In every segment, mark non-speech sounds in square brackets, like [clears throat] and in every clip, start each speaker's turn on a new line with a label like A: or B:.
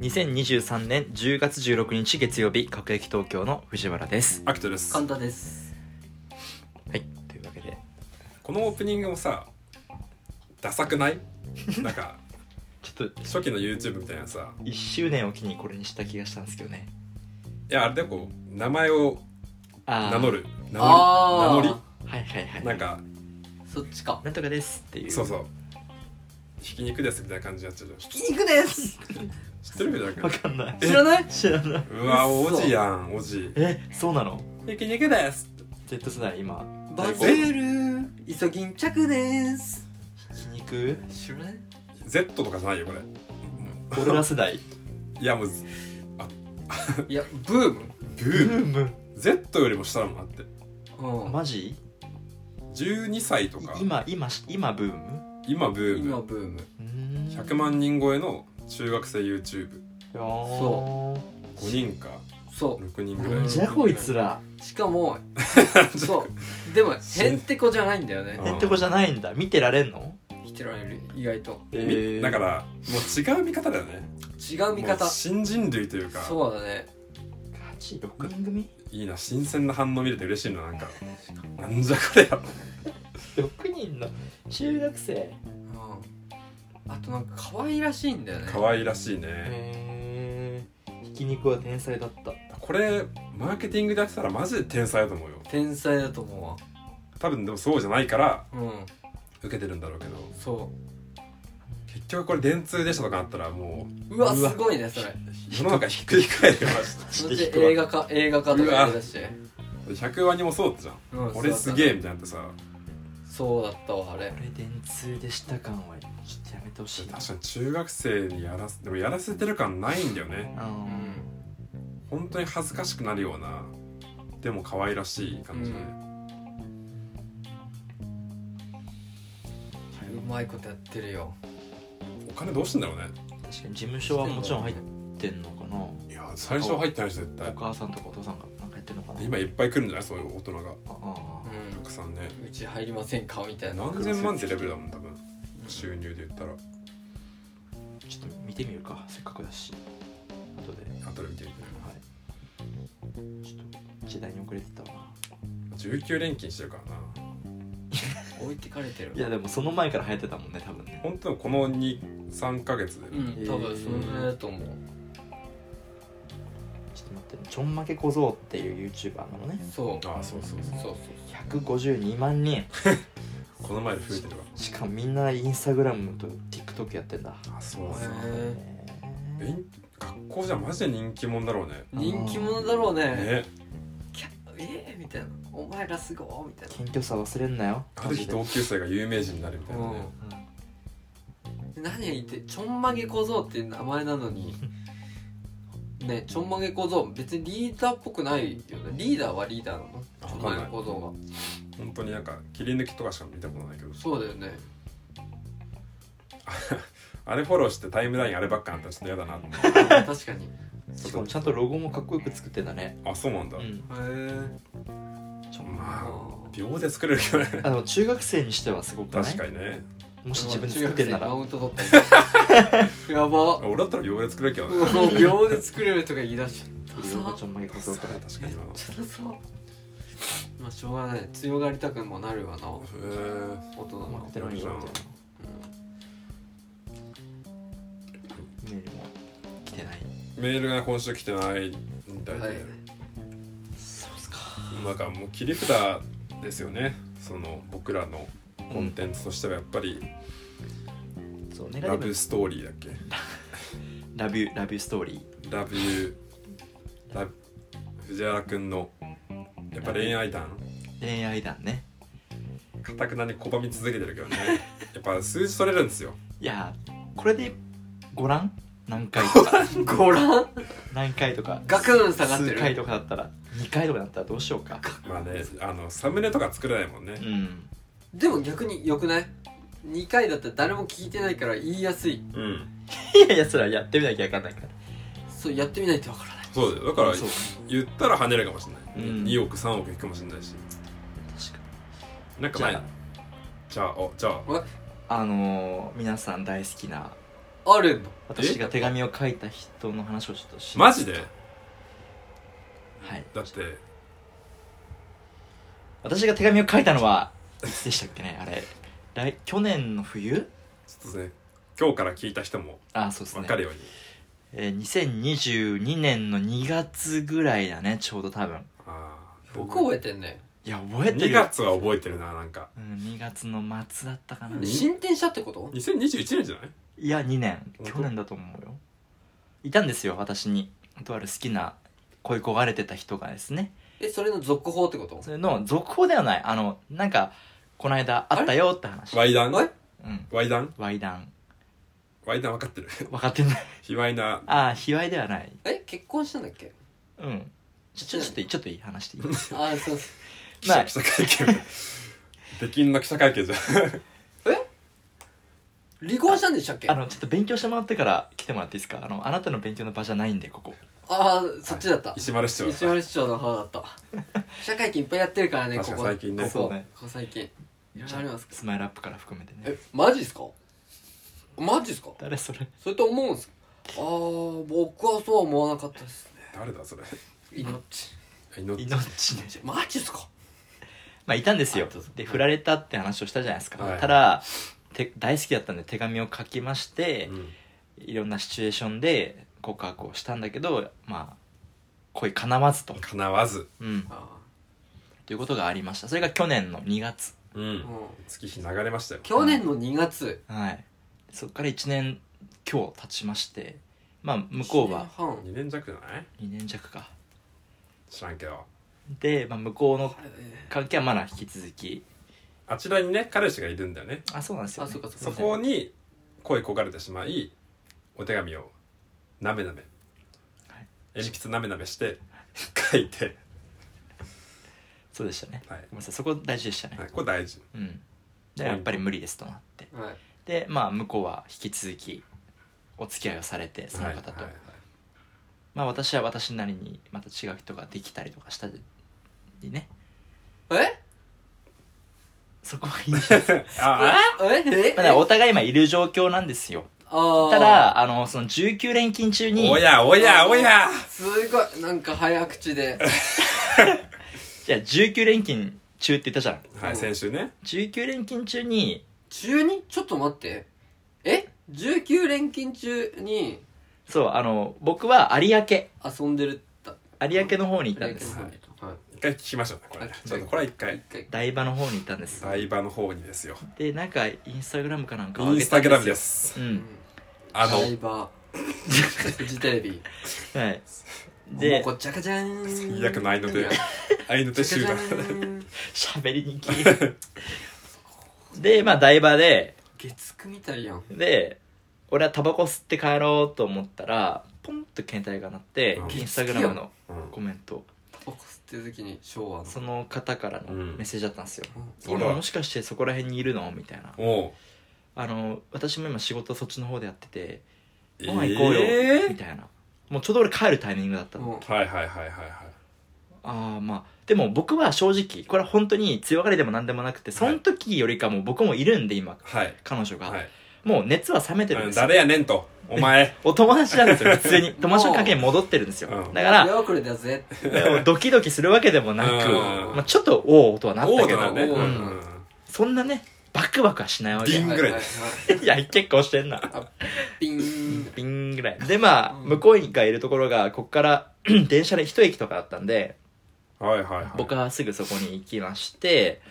A: 2023年10月16日月曜日各駅東京の藤原です
B: アキトです
C: 簡単です
A: はいというわけで
B: このオープニングもさダサくない [laughs] なんか
A: ちょっと
B: 初期の YouTube みたいなさ
A: 1周年を機にこれにした気がしたんですけどね
B: いやあれでこう名前を
A: あー
B: 名乗る名
C: あ
B: 乗
C: ー
B: り名乗
A: はいはいはい
B: りなんか
C: そっちか
A: なんとかですっていう
B: そうそうひき肉ですみたいな感じになっちゃうじゃん
C: ひき肉です
B: 知ってるみたいな
A: わかんない
C: [laughs] 知らない
A: 知らないう
B: わお
C: 嘘
B: じやんおじ
A: えそうなの
B: ひき肉です
A: Z 世代今
C: バズるイソギンチャクです
A: ひき肉
C: 知らない
B: Z とかじゃないよこれ
A: 俺ら世代
B: いやもう
C: いやブーム
B: ブ
A: ブ
B: ーム
A: ーム
B: Z よりも下だもんあって
C: うん、
A: マジ
B: 12歳とか
A: 今今今ブーム
B: 今ブー
C: 今
B: ム
C: ブーム
A: うーん
B: 100万人超えの中学生 YouTube5
A: そ
B: 人か
C: そ
B: 6人
A: う
B: ぐ
A: な
B: らい
A: んじゃこいつら
C: うしかもそう
B: [laughs]
C: でもへんてこじゃないんだよね
B: うん
A: へんてこじゃないんだ見てられんの
C: 見てられる意外と
A: え
B: み
A: ー
B: だからもう違う見方だよね
C: 違う見方
B: もう新人類というか
C: そうだね
A: ガチ6人組
B: いいな新鮮な反応見れて嬉しいのなんかなんじゃこれや
A: 6人の中学生
C: うんあとなんか可愛らしいんだよね
B: 可愛らしいね
A: へえひき肉は天才だった
B: これマーケティングでやってたらマジで天才だと思うよ
C: 天才だと思うわ
B: 多分でもそうじゃないから
C: うん
B: 受けてるんだろうけど
C: そ
B: 結局これ電通でしたとかなったらも
C: ううわ
A: うわ
C: すごいねそれ
B: う世の中ひっくり返りました
C: そっち [laughs] 映画化映画化とかやりだして
B: 100ワニもそうじゃん
C: うん
B: 俺すげえ
C: そうだ
B: みたいになってさ
C: ったそうだったわあれ
A: これ電通でした感はちょっとやめてほしいな
B: 確かに中学生にやらせでもやらせてる感ないんだよね
A: あ
C: う
A: のー
C: ん
B: 本当に恥ずかしくなるようなでも可愛らしい感じで、
C: ううまいことやってるよ
B: お金どうしてんだろうね
A: 確かに事務所はもちろん入ってんのかない
B: や最初入ってないし絶
A: お
B: 対
A: 母さんとかお父さんがなんかやってんのかな
B: 今いっぱい来るんじゃないそういう大人が
A: ああ
B: た
C: う
B: くさんね
C: んうち入りませんかみたいな
B: 何千万ってレベルだもん多分収入で言ったら
A: ちょっと見てみるかせっかくだし後で
B: 後で見てみて
A: はいちょっと時代に遅れてたわ
B: 19連勤してるからな
C: 置いてかれてる
A: いやでもその前から流行ってたもんね多分ね
B: 本当にこの23か月で、
C: うん多
A: え
C: 分
A: ー
C: そのぐらいだと思う
A: ちょっと待ってねちょんまけ小僧っていう YouTuber なのね
C: そう
B: ああそうそうそう
C: そうそう
A: 152万人
B: この前で増えてるわ
A: しかもみんなインスタグラムと TikTok やってんだ
B: あそう
C: へ
B: ね
C: ー
B: 勉学校じゃマジで人気者だろうね
C: 人気者だろうね
B: ね
C: キャえーみたいなお前らすごーみたいな
A: 謙虚さ忘れんなよ
B: ある日同級生が有名人になるみたいなね
A: う
C: うん、何言ってちょんまげ小僧っていう名前なのにねちょんまげ小僧別にリーダーっぽくないよねリーダーはリーダーなの
B: あ
C: ち
B: わ
C: ょん
B: か
C: ま
B: ん
C: げ
B: ない
C: 小僧
B: 本当になんか切り抜きとかしか見たことないけど
C: がそうだよね
B: あれフォローしてタイムラインあればっかなったらちょっと嫌だなと思って
C: あ確かにへ
A: んしかもちゃんとロゴもかっこよく作ってんだね
B: あそうなんだ、
A: うん
C: え
A: ちょんま
B: まあ秒で作れるけどね
A: [laughs] あでも中学生にしてはすごくない
B: 確かにね
A: もし自分で作ってんなら
C: マウント取ったよやば
B: 俺だったら秒で作れるけどね
C: もう秒で作れるとか言い出し
A: いろいろちょんまげ小僧とか
B: 確かに今の
C: ちょっとそうまあしょうがない強がりたくもなるわな
B: へ
C: 大人
A: 思
C: の
A: ってるのによってメールも来てない
B: えメールが今週来てないみたいで、
C: はい
A: そうっすか
B: なんかもう切り札ですよねその僕らのコンテンツとしてはやっぱり
A: そうねラ
B: ラ
A: ブ
B: ブストーリーだっけ
A: ラビューラビューストーリー
B: ラブユーラ藤原くんのやっぱ恋愛談
A: 恋愛談ね
B: かたくなに拒み続けてるけどねやっぱ数字取れるんですよ
A: いやーこれでご覧何回とか
C: ご覧
A: 何回とか
C: ガクン下がって
A: 数
C: る
A: 回とかだったら2回とかだったらどうしようか
B: まあねあのサムネとか作れないもんね
A: うん
C: でも逆に良くない2回だったら誰も聞いてないから言いやすい
B: うん
A: [laughs] いやいやそれはやってみなきゃ分かんないから
C: そうやってみないとわからない
B: そうだよだから
A: そう
B: 言ったら跳ねるかもしれない、
A: うん
B: 2億3億いくかもしれないし
A: 確か
B: なんか
A: じゃ
B: な
A: あ
B: いじゃあおじゃあ
A: あのー皆さん大好きな
C: あるの
A: 私が手紙を書いた人の話をちょっとし
B: マジで
A: はい
B: だって
A: 私が手紙を書いたのはいつでしたっけねあれ来去年の冬
B: ちょっとね今日から聞いた人も
A: あそうですね
B: 分かるように
A: えー2022年の2月ぐらいだねちょうど多分
B: あー
C: 僕覚えてんね
A: いや覚えて
B: 2
A: るよ
B: 月は覚えてるななんか
A: うん、2月の末だったかな
B: うん
C: 進展したってこと
B: 2021年じゃない
A: いや2年
B: 本当
A: 去年だと思うよいたんですよ私にとある好きな恋焦がれてた人がですね
C: えそれの続報ってこと
A: それの続報ではないあのなんかこの間あったよって話
B: ワイダン
C: え
A: うん
B: ワイダン
A: 猥談
B: ワイダン分かっ
A: [laughs]
B: てる
A: 分かってない
B: 卑猥な
A: ああ卑猥ではない
C: え結婚したんだっけ
A: うんちょちょちょっといいちょっといい話していい
C: ああそうです
B: 記
A: ま
B: 者
A: あ
B: 記者会見 [laughs] 出禁の記者会見じゃん
C: 離婚したんでしたっけ
A: あ
C: あ
A: のちょっと勉強してもらってから来てもらっていいですかあのあなたの勉強の場じゃないんでここ
C: あーそっちだった
B: 石丸市長
C: 石丸市長の方だった [laughs] 記者会見いっぱいやってるからねこ
B: 確
C: こ
B: か最近ね
C: そう
A: そうね
C: ここ最近いろいろありますけど
A: スマイルアップから含めてね
C: えマジっすかマジっすか
A: 誰それ
C: それと思うんすかああ僕はそうは思わなかったですね
B: 誰
A: [laughs]
B: だそれ
C: 命
B: 命
A: 命ね
C: マジっすか
A: まあいたんですよ
C: あどうぞ
A: で振られたって話をしたじゃないですか、
B: はい
A: ただて大好きだったんで手紙を書きまして
B: う、ん
A: いろんなシチュエーションで告白をしたんだけどまあ恋かなわずと、
B: 叶わず
A: うん、
C: あ
A: ということがありましたそれが去年の2月
B: う
C: ー
B: ん
C: もう
B: 月日流れましたよ
C: 去年の2月
A: はいそっから1年今日経ちましてまあ向こうは
C: 1年
B: 2年弱じゃない
A: 2年弱か
B: 知らんけど
A: で、まあ、向こうの
C: 半
A: 関係はまだ引き続き
B: あちらにね彼氏がいるんだよね
A: あそうなんですよ、ね、
C: あそうかそ
B: そう
C: か
B: こに恋焦がれてしまいお手紙をなめなめ
A: はい
B: 鉛筆なめなめして書いて
A: そうでしたね
B: はい
A: ごめんなさいそこ大事でしたね、
B: はいこれ大事
A: うんでやっぱり無理ですとなって
C: はい
A: でまあ向こうは引き続きお付き合いをされてその
B: はい
A: 方と、
B: はいはい
A: まあ私は私なりにまた違う人ができたりとかしたりね
C: え
A: そこ [laughs] はいいんです
B: あ
C: ええ
A: まあねお互い今いる状況なんですよ
C: ああ
A: ただあのその19連勤中に
B: おやおやおや
C: すごいなんか早口で
A: いや19連勤中って言ったじゃん
B: はい先週ね
A: 19連勤中に
C: 中にちょっと待ってえ19連勤中に
A: そうあの僕は有明
C: 遊んでるった
A: 有明の方に行ったんです
B: はい
C: はい
B: 一回聞きましょうねこれね
C: はい
B: ちょっとこれは一
C: 一
B: 回
C: 回
A: 台場の方に行ったんです
B: 台場の方にですよ
A: でなんかインスタグラムかなんか
B: イ
A: を上
B: ン
A: げ
B: ス
A: た
B: タ
A: ん
B: グ
A: で
B: ラム
A: す
B: で
A: よ
B: す
A: うん
B: あの
C: ライバーフジテレビ
B: [laughs]
A: はい
C: で
A: で
C: もうこっちゃかじゃーん
B: 最悪の合いの
A: [laughs]
B: 手合いの
C: じ
B: 手
C: ゃか
B: 集
C: じゃ
B: 団
C: ーん
A: 喋りにきでまあ台場で
C: [laughs] 月9みたいやん
A: で俺はタバコ吸って帰ろうと思ったらポンと携帯が鳴って
B: うん
A: インスタグラムの
B: うん
A: コメント
C: タバコ吸ってる時に昭和の
A: その方からの
B: うん
A: メッセージだったんですよ
C: うん
A: 「今
B: ほら
A: もしかしてそこら辺にいるの?」みたいな
B: おう
A: 「あの私も今仕事そっちの方でやってて
B: え
A: ご飯行こうよ」み
B: ー
A: たいなもうちょうど俺帰るタイミングだったの
C: も
B: はいはいはいはいはい
A: ああまあでも僕は正直これは本当に強がりでも何でもなくてその時よりかもう僕もいるんで今
B: はい
A: 彼女
B: は
A: が
B: い
A: もう熱は冷めてるん
B: うん
A: ですよ
B: 誰やねんとお前
A: お友達なんですよ、普通に。友達の関係に戻ってるんですよ。
B: うん
A: だ
C: う
A: か
C: 手遅れだぜ
A: ら、ドキドキするわけでも [laughs] なく、
B: うん
A: まあ、ちょっと、おおとはなっ
B: 王
A: たけ
B: だ
A: ど、
B: ね
C: 王
A: う
C: だ
A: んそんなね、バクバクはしないわけ。
B: ピンぐらい
C: ははは
A: [laughs]
C: い
A: や、結構してんな。
C: ピ
B: [laughs]
C: ン
A: ピンぐらい。で、まあ、
C: うん
A: 向こうがいるところが、こっから、 [clears throat] 電車で一駅とかだったんで、
B: うんはいはいはい
A: 僕はすぐそこに行きまして、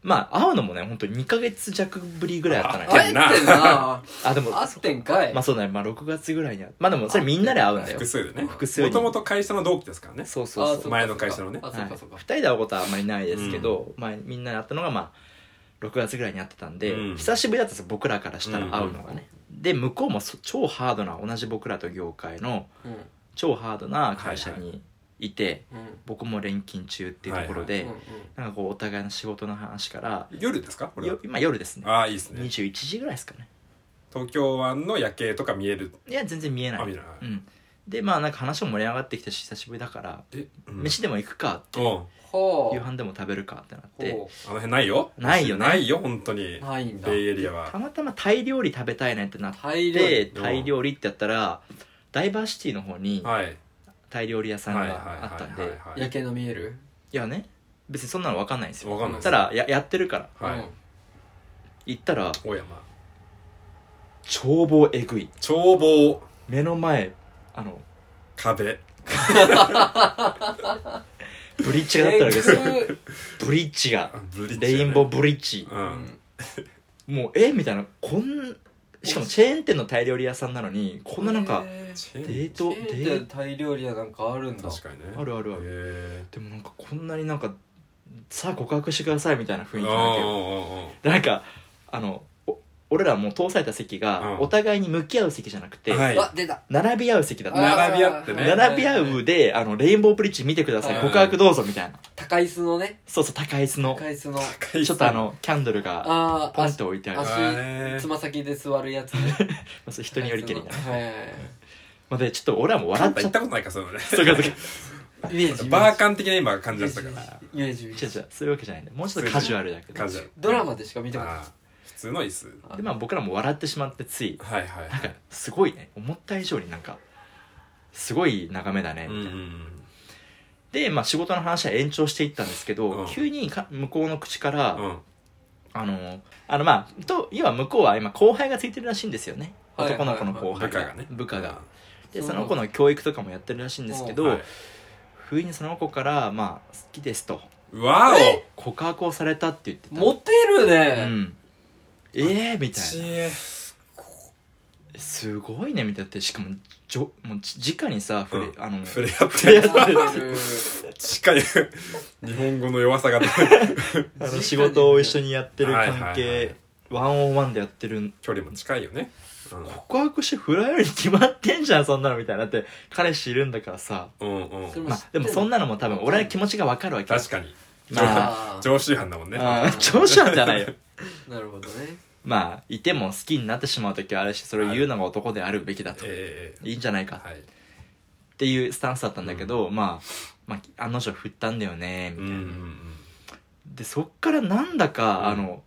A: まあ、会うのもね、本当に2ヶ月弱ぶりぐらいだったのよ。
B: あ
C: 会えてんな
A: あ、でも、
C: 会ってんかい
A: まあそうだね、まあ6月ぐらいには。まあでも、それみんなで会うんだよ
B: 複。数でね
A: 複数
B: も
A: に
B: ともと会社の同期ですからね
A: そう
C: あ
A: そうそう
C: そ。うか
B: 前の会社のね
C: あそ
A: は
C: う
A: い、
C: か
A: 2
C: そうか
A: 人で会うことはあんまりないですけど、まあ、みんなで会ったのが、まあ、6月ぐらいに会ってたんで、
B: うん
A: 久しぶりだったんですよ僕らからしたら
B: うん
A: 会うのがね、で向こうもそ超ハードな同じ僕らと業界の
C: うん
A: 超ハードな会社にいて、
C: うん
A: 僕も錬金中っていうところで、
C: うんうん
A: なんかこうお互いの仕事の話から
B: 夜ですかこれは
A: よ今夜ですね
B: ああいいですね
A: 21時ぐらいですかね
B: 東京湾の夜景とか見える
A: いや全然見えな
B: あ
A: い
B: 見えない
A: うん、でまあなんか話も盛り上がってきたし久しぶりだから
B: え、うん、
A: 飯でも行くか
B: うんあ
C: ほ
A: 夕
C: う
A: 飯でも食べるかってなって
C: ほ
B: の辺ないよ
A: ないよね
B: ないよ本当に
C: うないんだ
B: ベイエリアは
A: たまたまタイ料理食べたいねってなっ
C: 大量
A: て
B: 量
A: タイ料理ってやったらダイバーシティの方に
B: はい
A: タイ料理屋さん
B: はいはい
A: があったん
B: はい
A: で
B: はい
C: 夜景の見える
A: いやね別にそんなの分かんないんですよ
B: わかんな
A: そし
B: いです
A: たらややってるから
B: はい、
C: うん
A: 行ったら
B: 大山
A: 眺望えぐい
B: 眺望
A: 目の前あの
B: 壁
A: ブリッジがだったわけ
B: [laughs]
A: ですよ
C: えぐ
A: ブリッジが
B: あブリッジ、ね、
A: レインボーブリッジ
B: う
C: うんん
A: もうえみたいなこんしかもチェーン店のタイ料理屋さんなのにこんななんか
C: へー
B: チェ
A: デ
B: ーン
A: ート
C: チ
A: デ
C: ェーン
A: ー
C: 店タイ料理屋なんかあるんだ
B: 確かにね
A: あるあるある
B: へ
A: でもなんかこんなになんかさあ告白してくださいみたいな雰
B: え
A: 囲
B: ー、
A: 気
B: あ
A: な
B: あ
A: わけよでなんかあのお俺らもう通された席
B: う
A: が
B: ん
A: お互いに向き合う席じゃなくて、
B: はい
C: あ出た
A: 並び合う席だった
B: あ並び合ってねー
A: 並び合
C: はいう
A: であのレインボーブリッジ見てくださ
B: う
A: い
B: ん
A: 告白どうぞみたいな
C: 高椅子のね
A: そうそう高椅子の
C: 高椅子の
B: うん
A: ちょっとあのキャンドルが
C: あー
A: ポンっ
C: 足
A: て置いてある
C: あ
A: ま
B: 足
C: つま先で座るやつね
A: あ人によりけりな
C: はいはいはい
A: まあでちょっと俺はもう
B: カ
A: 笑
B: ン
A: っ
B: タ
A: ち
B: 行
A: ゃ
B: っ
A: った
B: ことないかそういうのね
A: たそうかそうか
C: イメー
B: [laughs]
C: ジ
B: バーカン的な今感じだったから
C: イメージイメー
A: 違う違
C: ジ
A: うそういうわけじゃないんだよもうちょっとカジュアルだけど
B: カジュアル
C: ドラマでしか見たことない
B: あー普通の椅子
A: でまあ僕らも笑ってしまってつい
B: はいはい
A: なん
B: は
A: か
B: い
A: すごいね思った以上になんかすごい眺めだね、
B: うんうんうん
A: で、まあ、仕事の話は延長していったんですけど、
B: うん
A: 急にか向こうの口から、
B: うん
A: あのあのまあと要は向こうは今後輩がついてるらしいんですよね、
C: はい
A: 男の子の後輩
B: 部下がね
A: 部下がで
C: そう
A: その子の教育とかもやってるらしいんですけ
B: う
A: ど、
B: んはい
A: 不意にその子から「まあ好きです」と
B: うわお
A: 告白をされたって言ってた
C: モテる
A: う
C: [laughs] ね
A: んええー、みたいな
B: ちえ
A: すごいねみたいなってしかもじょもうじ直にさ触れ、
B: うん
A: あの
B: 触れ合っ
A: 触れ
B: て
A: 合って
B: しっかり日本語の弱さが出て
A: あ
C: 直
A: の
C: に
A: 仕事を一緒にやってる関
B: はいはいはい
A: 係ワンオンワンでやってる
B: [laughs] 距離も近いよねうん
A: 告白して振られるに決まってんじゃんそんなのみたいなだって彼氏いるんだからさ
B: うんうん
C: それ
A: まあでもそんなのも多分俺の気持ちが分かるわけ
B: 確かに
A: まあ
C: あ
B: 常習犯だもんね
A: あー調子なんじゃないよ
C: あなるほどね
A: まあいても好きになってしまう時はあるしそれを言うのが男であるべきだと、
B: えええ
A: いいんじゃない
B: え
A: か
B: はい
A: っていうスタンスだったんだけど、まあまあ案の定振ったんだよねみ
B: う
A: たい
B: んう
A: な、
B: んうん
A: でそっからなんだか、
B: うん
A: あの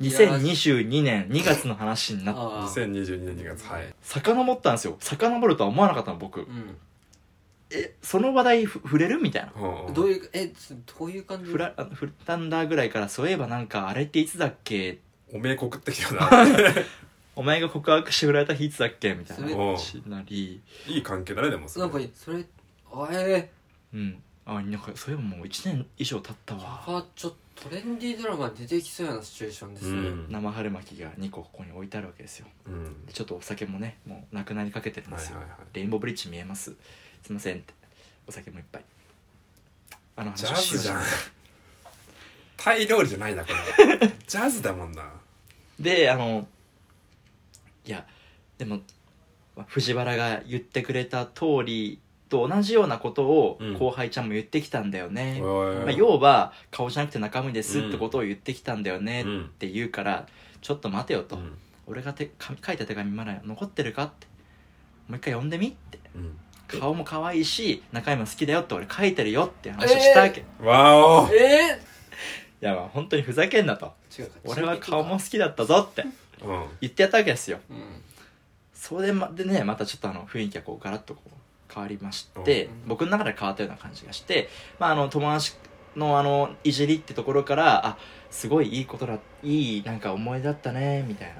C: いや
A: 2022年2月の話になって
C: ああ
B: 2022年2月はい
A: 遡ったんですよ遡るとは思わなかったの僕
C: う
A: えその話題ふ触れるみたいな
C: うんどう
B: いう
C: いうえちょどういう感じ
A: フラあのフルタンダーぐらいからそういえばなんかあれっていつだっけ
B: おめえ告ってきた [laughs] な
A: お前が告白して振られた日いつだっけみたいな
C: それ
A: 話になり
B: いい関係だねでもそれ
C: なんかそれあえ
A: うんあなんかそういえばもう1年以上経った
C: ー
A: わ
C: あちょっとトレンディードラマに出てきそうなシチュエーションです
B: う
C: ね
B: ん
A: 生春巻きが2個ここに置いてあるわけですよ
B: うん
A: でちょっとお酒もねもうなくなりかけてるんで
B: はい
A: す
B: はい
A: よ、
B: はい
A: レインボーブリッジ見えますすいませんってお酒もいっぱいあの
B: ジ
A: 話
B: ャ
A: をし
B: ズ
A: よう
B: じゃん
A: ない
B: タイ料理じゃないなこ [laughs] れジャズだもんな
A: であのいやでもまあ藤原が言ってくれた通りと同じようなことを
B: うん
A: 後輩ちゃんも言ってきたんだよね、ま
B: ま
A: あ、要は顔じゃなくて中身ですってことを言ってきたんだよねって言うからちょっと待てよと、俺が手紙書いた手紙まだ残ってるかってもう一回読んでみって顔も可愛いし中身も好きだよって俺書いてるよって話をしたわけ、い
B: わ
C: え
A: やまあ本当にふざけんなと
C: ー違うか
A: 俺は顔も好きだったぞって
B: おうん
A: 言ってやったわけですよ
C: うん
A: それで,、ま、でねまたちょっとあの雰囲気がこうガラッとこう変わりまして、
C: うん
A: 僕の中で変わったような感じがして、まあ、あの友達のあのいじりってところからあすごいいいことだいいなんか思い出だったねみたいなっ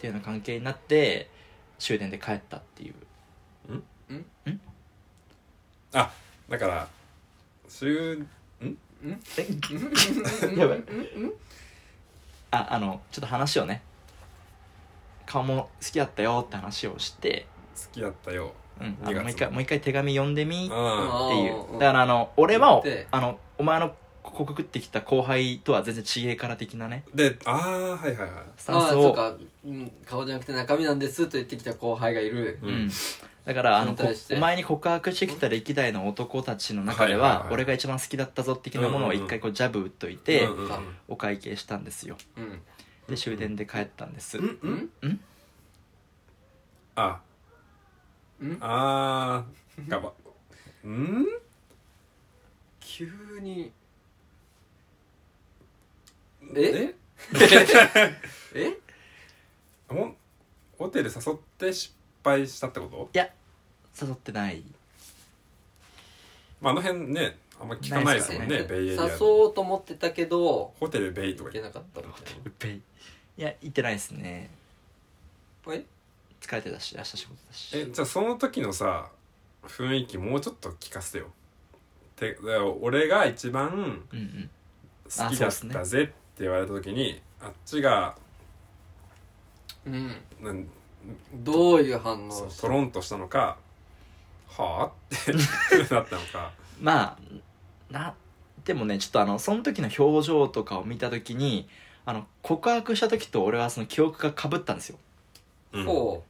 A: ていうような関係になって終電で帰ったっていう
B: だから終
A: やばい
C: うんうんうん
A: ああのちょっと話をね顔も好きだったよって話をして、
B: 好きだったよ
A: うん、あ
B: 二
A: の
B: 月
A: もう一回もう一回手紙読んでみ
B: う
A: っ
B: ん
A: てい
C: うん
A: うだからあの俺は
C: で
A: あのお前の告白ってきた後輩とは全然知恵から的なね
B: でああはいはいはい
A: スタン
C: ああ
A: ス
C: そう
A: を
C: か、うん、顔じゃなくて中身なんですと言ってきた後輩がいる
A: う
B: うん
A: ん、だからあの
C: それに対して
A: こお前に告白してきた歴代の男たちの中で
B: はいはい
A: は
B: はい
A: 俺が一番好きだったぞ的なものを一回こうジャブ打っといて
B: うんうんうん
A: お会計したんですよ
C: うん
A: で [laughs] 終電で帰ったんです
B: うんうん
C: うん
B: あ
C: ん
B: あーがばうん
C: 急に
B: え
C: ええ
B: ほんホテル誘って失敗したってこと、
A: 誘ってない
B: まあ、あの辺ねあんま聞かないですもん
A: ない
B: ね
A: です
B: ベイエリ
C: 誘
B: アで
C: おうと思ってたけど
B: ホテルベイと
C: 行
B: か
C: け
B: 言って
C: なかったみたいな
A: ペイいや行ってないですね
C: え
A: 疲れてたし明日仕事だし
B: えじゃあその時のさ雰囲気もうちょっと聞かせてよてだから俺が一番
A: うんうん
B: 好きだったぜって言われた時にあ,、っちが
C: うん
B: なん
C: どういう反応
B: そう
C: した
B: トロンとしたのかはあって [laughs] なったのか
A: まあなでもねちょっとあのその時の表情とかを見た時にあの告白した時と俺はその記憶がかぶったんですよ
B: うん
C: ほ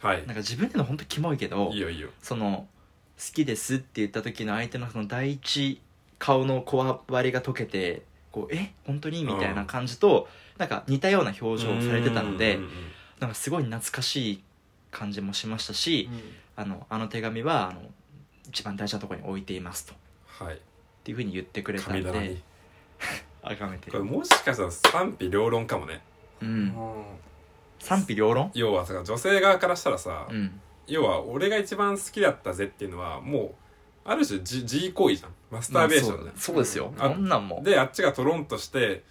B: はい
A: なんか自分での本当キモいけど
B: いいよいいよ
A: その「好きです」って言った時の相手のその第一顔のこわばりが解けてこうえ本当にみたいな感じと、なんか似たような表情をされてたので
B: うんうんうん
A: なんかすごい懐かしい感じもしました
C: う
A: し、
C: うん
A: あのあの手紙はあの一番大事なところに置いていますとっ
B: はい
A: ていうふうに言ってくれたん
B: 神棚
A: で
B: に
A: 改めて
B: これもしかしたら賛否両論かもね
A: うん
C: うん
A: 賛否両論
B: 要はさ女性側からしたらさ、
A: うん
B: 要は俺が一番好きだったぜっていうのはもうある種自自慰行為じゃんマスターベーションじゃん、
A: まあそうそうですよ
B: あ
A: こんなんも
B: であっちがトロンとして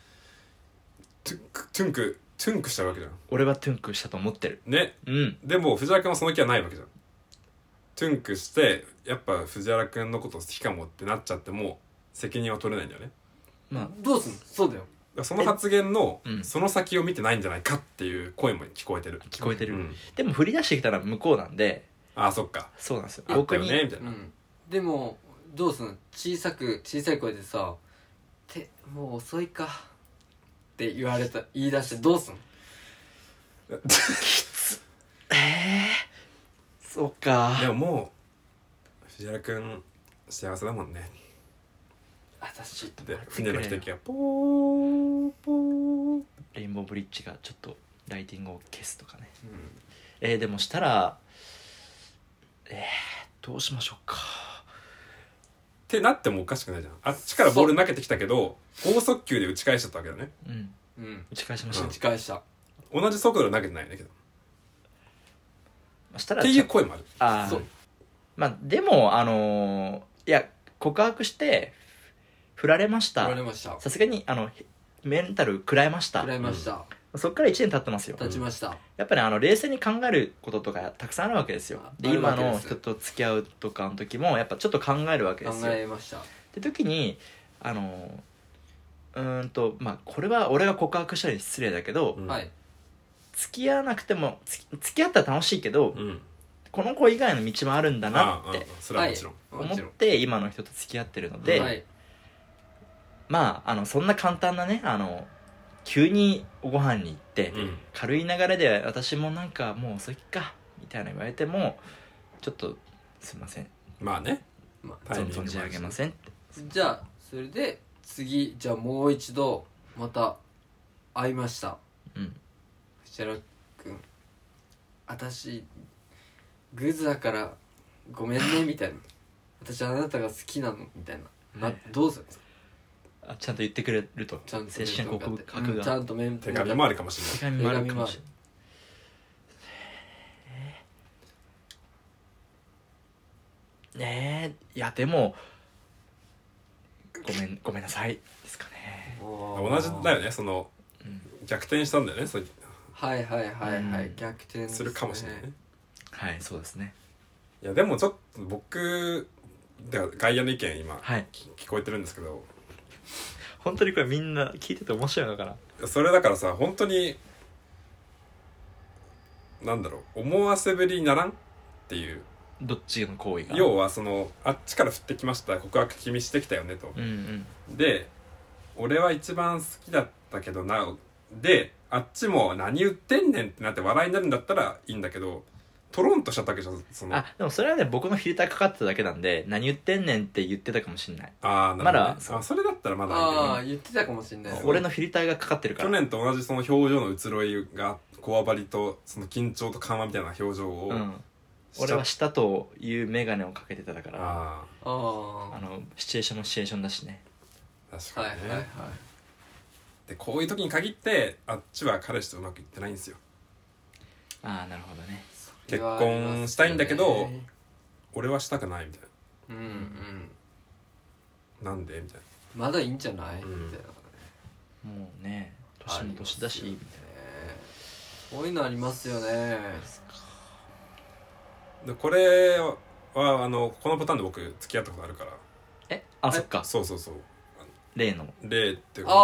B: トゥンクトゥンクトゥンクしたわけじゃん
A: 俺はトゥンクしたと思ってる
B: ね
A: うん
B: でも藤原君はその気はないわけじゃんトゥンクしてやっぱ藤原君のこと好きかもってなっちゃっても責任は取れないんだよね
A: まあ
C: どうすんのそうだよ
B: だからその発言の
A: えうん
B: その先を見てないんじゃないかっていう声も聞こえてる
A: 聞こえてる、
B: うん
A: でも振り出してきたら向こうなんで
B: ああそっか
A: そうなんですよ
B: あった
A: 僕
B: よ
A: に、
B: ねみたいうな、
C: んでもどうすんの小さく小さい声でさ「てもう遅いか」って言われた言い出してどうすんの
A: [laughs] そうか
B: でももう藤原君幸せだもんね
C: 私
A: 待ってく
B: で
A: れ
B: 船
A: よ
B: の汽笛がポーポー
A: レインボーブリッジがちょっとライティングを消すとかね
C: うん
A: えー、でもしたらえー、どうしましょうか
B: ってなってもおかしくないじゃんあっちからボール投げてきたけど高速球で打ち返しちゃったわけだよね
A: うん
C: うん
A: 打ち返しまし
B: う
A: た、
B: ん
C: 打ち返した
B: 同じ速度で投げてないんだけど
A: そしたら
B: っていう声もある
A: あ
C: そ
A: あ
C: う
A: まあでもあのーいや告白して振られまし
C: 言
A: た
C: われました
A: さすがにあのへメンタル食らいました
C: 食らいました
A: そっから1年経ってますよ
C: 立ちました
A: やっぱり、あの冷静に考えることとかたくさんあるわけですよ
C: あ
A: で
C: あるわ
A: 今
C: けです
A: の人と付き合うとかの時もやっぱちょっと考えるわけ
C: 考
A: ですよ
C: えました
A: って時にあのうーんとまあこれは俺が告白したり失礼だけど、
B: うん
C: はい
A: 付き合わなくてもつき付き合ったら楽しいけど、
B: うん
A: この子以外の道もあるんだな
B: ああ
A: っ
B: ああ
A: て
B: それはもちろん
C: も
A: 思っ
C: ちろん
A: て今の人と付き合ってるので、
C: はい
A: まああのそんな簡単なねあの急にご飯に行って、
B: うん
A: 軽い流れで私もなんかもう遅いかみたいな言われてもちょっとすいません
B: まあね
C: ま
B: タイミング
A: 存
B: もあるし
A: じ上げませんって
C: じゃあそれで次じゃあもう一度また会いました
A: うん
C: 藤原君私グズだからごめんねみたいな [laughs] 私あなたが好きなのみたいな、などうするんですか
A: あちゃんと言ってくれると
C: ちゃんと
A: 正式な告白
C: うんちゃ
A: が
C: んと面
B: 手紙もあ
C: る
B: るかもしれ
A: 手
B: ない
A: 紙もあるかもしれないねえいやでもごめんごめんなさいですかね
B: 同じだ
C: よ
B: よねその
A: うん
B: 逆転したんだよねそれ
C: はいはいはいはい、
A: うん
C: 逆転です
B: するかもしれないね
A: はいそうですね
B: いやでもちょっと僕だから外野の意見今
A: はい
B: き聞こえてるんですけど
A: 本当にこれみんな聞いてて面白いのかな
B: それだからさ本当になんだろう思わせぶりにならんっていう
A: どっちの行為が
B: 要はそのあっちから振ってきました告白君してきたよねと、
A: うんうん
B: で俺は一番好きだったけどなであっちも何言ってんねんってなって笑いになるんだったらいいんだけどトロンとしちゃったわけじゃんその
A: あでもそれはね僕のフィルターかかってただけなんで何言ってんねんって言ってたかもしんない
B: あーなるほどね
A: まだ
B: あそれだったらまだいいけど
C: ああ言ってたかもしれない
B: そう
A: 俺のフィルターがかかってるか
B: 去
A: ら
B: 年と同じその表情の移ろいがこわばりとその緊張と緩和みたいな表情を
A: うん俺はしたという眼鏡をかけてただから
B: あ
A: あ
C: あ
A: のシチュエーションもシチュエーションだしね
B: あ確
C: あはい
B: かにね、
C: はいはい
B: でこういう時に限ってあっちは彼氏とうまくいってないんですよ
A: ああなるほどね
B: 結婚したいんだけど俺はしたくないみたい
C: うんうん
B: ななんでみたい
C: まだいいんじゃないみ
B: う
C: たい
B: ん
C: なね
A: もうね年も年だし
C: あり
A: み
C: ま
A: たい
C: すよねこういうのありますよね
B: なでこれはあのこのパターンで僕付き合ったことあるから
A: なえあそっか
B: そうそうそう
A: 例の
B: 例っていうか
C: あ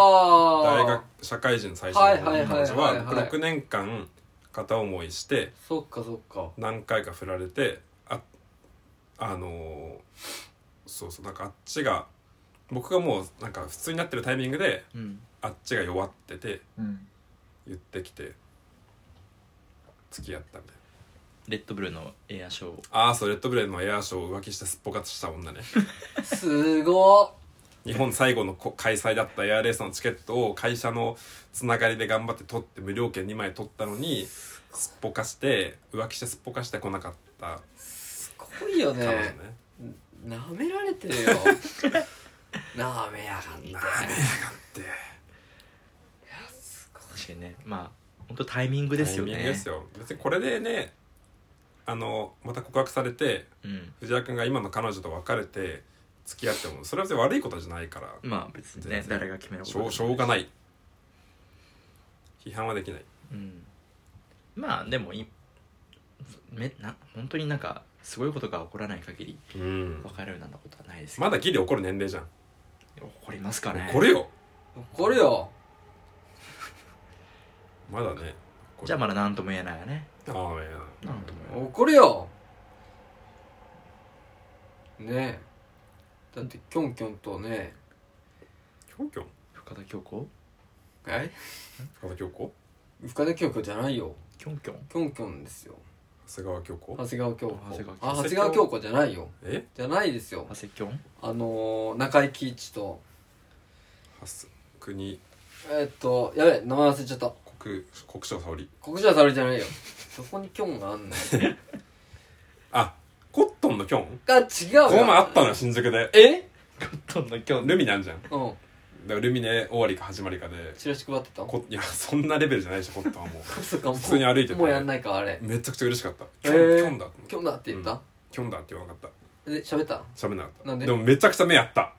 C: あ
B: 大学社会人最初の彼女
A: はいはいはいはい
B: は僕6年間片思いして
C: そっかそっか
B: 何回か振られてああのーそうそうなんかあっちが僕がもうなんか普通になってるタイミングで
A: うん
B: あっちが弱ってて
A: うん
B: 言ってきて付き合ったみたい
A: レッドブルのエアショー
B: なああそうレッドブレードのエアーショーを浮気してすっぽかした女ね [laughs]
C: すごっ
B: 日本最後のこ開催だったエアレースのチケットを会社のつながりで頑張って取って無料券2枚取ったのにすっぽかして浮気してすっぽかしてこなかった
C: すごいよ
B: 彼女
C: ね
B: ね
C: なめられ
A: [laughs]
C: てるよなめやがって
B: なで
C: す
A: 確かにねまあ本当タイミングですよね
B: タイミングですよ別にこれでねあのまた告白されて
A: うん
B: 藤原君が今の彼女と別れて付き合ってもそれは別に悪いことじゃないから
A: まあ別に
B: 全
A: ね
B: 然
A: 誰が決めるこ
B: し
A: と
B: ょうしょうが
A: い、
B: ない批判はできない
A: うん、まあでもいめな本当になんかすごいことが起こらない限り
B: うん
A: 別れるなんてことはないですけど、
B: まだギリ怒る年齢じゃん
A: 怒りますからね
B: 怒るよ
C: ごい怒るよ
B: まだね怒る
A: じゃあまだ何とも言えないよね
B: ああいや
A: 何とも言えない
C: 怒るよねえだってキョンキョンとね
B: キョンキョン
A: 深田恭子
C: え
B: 深田恭子
C: 深田恭子じゃないよ
A: キョンキョン
C: キョンキョンですよ
B: 長谷川恭子
C: 長谷川京子
A: 長谷川京
C: あ
A: 子
C: 長谷川京子じゃないよ
B: え
C: じゃないですよ
A: 長谷キョン
C: あのー、中井貴一と
B: はす国
C: えーっとやべえ名前忘れちゃった
B: 国国章沙織
C: 国上沙織じゃないよそこにキョンがあんのよ
B: あコットンのキョン
C: が違うよ
B: この前あったのよ新宿で
C: え
A: コットンのキョン
B: ルミネあんじゃん
C: うん
B: だからルミネ終わりか始まりかで
C: チラシ配ってた
B: こい [laughs] やそんなレベルじゃないでしょコットンは
C: [laughs]
B: もう
C: そっかもう
B: 普通に歩いてて
C: もうやんないかあれ
B: めちゃくちゃ嬉しかったキ
C: え
B: ョン,、
C: ー
B: キョンだ
C: キョンだって言った、
B: キョンだって言わなかっ
C: で喋った
B: た喋んなかった
C: なんで
B: もめちゃくちゃ目合った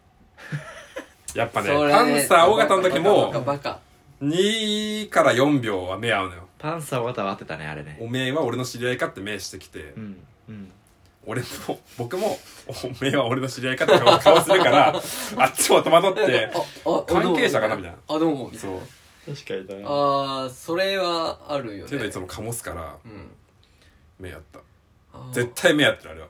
C: [laughs]
B: やっぱね
C: それ
B: パンサー尾形の時
C: バカ
B: も
C: バカ
B: 2から4秒は目合うのよ
A: [laughs] パンサー尾形は合ってたねあれね
B: おめえは俺の知り合いかって目してきて、
A: うんうん
B: 俺も僕もおめえは俺の知り合いかって顔するから
C: [laughs]
B: あっちも戸惑って
C: ああ
B: 関係者かなみたいな
C: あどうもみたい
B: そう
A: 確かにだな
C: なあーそれはあるよ
B: 手でい
C: ね
B: つもかもすから
C: うん
B: 目合った
C: あー
B: 絶対目合ってるあれは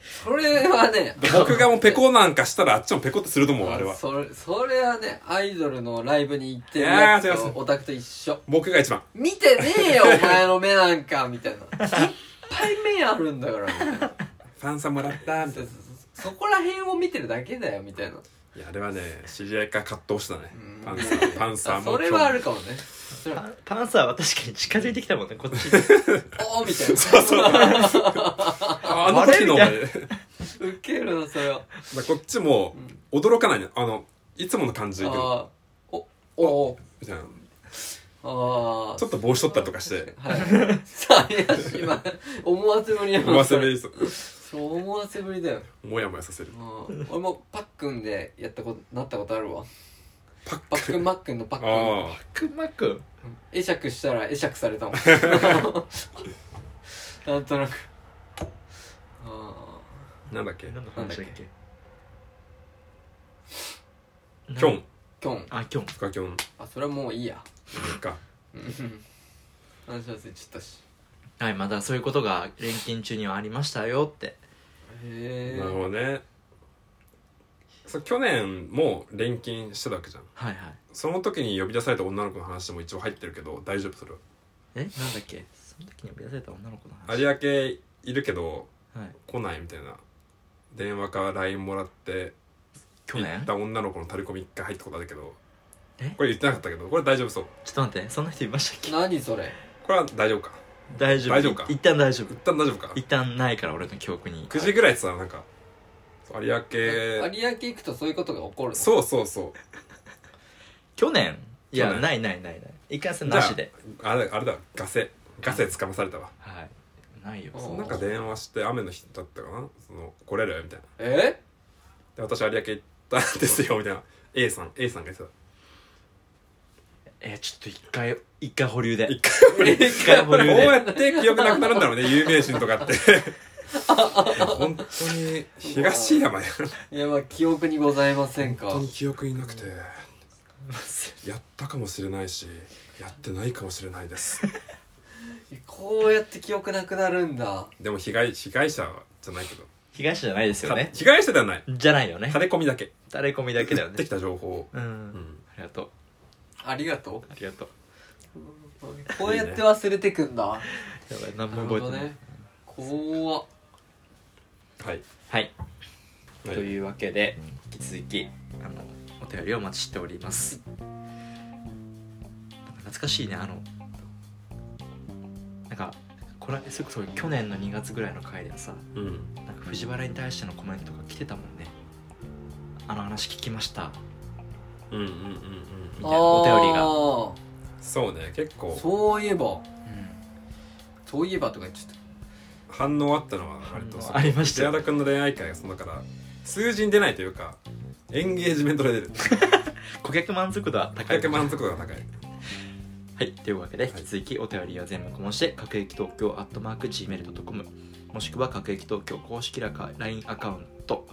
C: それはね
B: で僕がもうペコなんかしたらあっちもペコってすると思うあれは
C: それそれはねアイドルのライブに行ってる
B: いや
C: や
B: ー違いま
C: つ
B: す
C: とオタクと一緒
B: 僕が一番
C: 見てねえよお前の目なんかみたいないっぱい目あるんだからみたいな
B: ファンさんもらったみた
C: そ
B: いうな
C: そうそうそこら辺を見てるだけだよみたいない
B: やあれはね知り合いから葛藤したね
C: うん
B: パンサーパンサー
C: あ
B: も
C: それはあるかもねそれは
A: パンサーは確かに近づいてきたもんねこ [laughs] っち
C: おーみたいな
B: そうそうああの時のお
A: あ
B: 前
A: れ
C: ウケるなそれは
B: だからこっちも驚かないのあのいつもの感じ
C: あ
B: でいくの
C: あおお
B: みたいな
C: ああ
B: ちょっと帽子取ったりとかして
C: はいさあいや今思わせぶりや
B: 思わせぶ
C: り
B: りです
C: そう思わせぶりだよ
B: もやもやさせる
C: うん俺もパックンでやったことなったことあるわ
B: パ
C: パ
B: ッ
C: ッ
B: ク
C: クンマックンのパックン
B: ああ
A: くまく
C: 会釈したら会釈さ
B: [laughs]
C: れたもんなんとなくあ
B: なんだっけ
A: 何の話だっけ
B: キョン
C: ーキョン
A: あキョン
B: フカキョン
C: あそれはもういいや
B: か
C: うん話忘れちゃったし
A: はいまだそういうことが錬金中にはありましたよって
C: へ
B: なるほ
C: え
B: どねそう去年も錬金してたわけじゃん
A: はいはい
B: その時に呼び出された女の子の話も一応入ってるけど大丈夫それは
A: えなんだっけその時に呼び出された女の子の話
B: 有明いるけど
A: はい
B: 来ないみたいな電話か LINE もらって
A: 去
B: 行っ
A: 年
B: た女の子のタレコミ一回入ったことあるけど
A: え
B: これ言ってなかったけどこれ大丈夫そう
A: ちょっと待ってそんな人いましたっけ
C: 何それ
B: これは大丈夫か
A: 大丈夫
B: 大丈夫か
A: い一旦大丈夫
B: 一旦大丈夫か
A: 一旦ないから俺の記憶に
B: 9時ぐらいってさなんか有
C: 有
B: 明
C: 明行くとそういうことが起こるの
B: そうそうそう
A: 去年いや
B: 去年
A: ないないないない一貫性
B: じゃ
A: な
B: あ
A: しで
B: あれあれだガセガセつかまされたわ
A: はいないよ
C: うん
B: その中電話して雨の日だったかなその来れるみたいな
C: え
B: で私有明行ったんですよみたいな A さん A さんが言ってた
A: えーちょっと一回一回保留で
B: 一回無理
A: 一回保
B: こう
A: 留で
B: やって記憶なくなるんだろうね有名人とかっていや本当に東山や
C: いやまあ記憶にございませんか
B: 本当に記憶になくてやったかもしれないしやってないかもしれないです
C: こうやって記憶なくなるんだ
B: でも被害被害者じゃないけど
A: 東じゃないですよね
B: た被害者ではない
A: じゃないよね
B: 垂れ込みだけ
A: 垂れ込みだけだよ
B: で
A: ね
B: きた情報
A: うん、
B: うん
A: ありがとう
C: あ
A: あ
C: りがと
A: りがとう
C: うこうやって忘れてくんだ
A: やばい何
C: なる
A: も
C: ほ
A: 覚え
C: ど
A: てない、
C: ね怖っ
B: は
A: は
B: い
A: い
B: はい
A: というわけで引き続きあのお便りをお待ちしておりますなんか懐かしいねあのなんかこれそれこそ去年の2月ぐらいの回でさ
B: うん
A: なんか藤原に対してのコメントが来てたもんねあの話聞きました
B: うんうんうん
A: みたいなお便りが
C: あ
B: そうね結構
C: ーそういえば
A: うん
C: そういえばとか言っちゃっ
B: 反応あったのは割と
A: 反応ありましたよ
B: 寺田君の恋愛会がそのだから数字に出ないというかエンゲージメントで出る
A: 顧客満足度は高い
B: 100満足度が高い
A: はい、というわけで
B: は
A: 引
B: い
A: き続きお便りは全部こもして、各駅東京アットマーク Gmail.com もしくは各駅東京公式ラカ LINE アカウント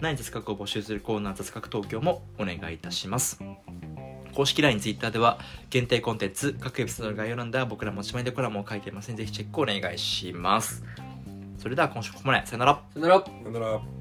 A: 内雑学を募集するコーナー雑学東京もお願いいたします公式 LINE、Twitter では限定コンテンツ各エピソードの概要欄では僕ら持ち前でコラムを書いていますのでぜひチェックお願いしますそれでは今週ここまでさよなら
C: たさよなら
B: さよなら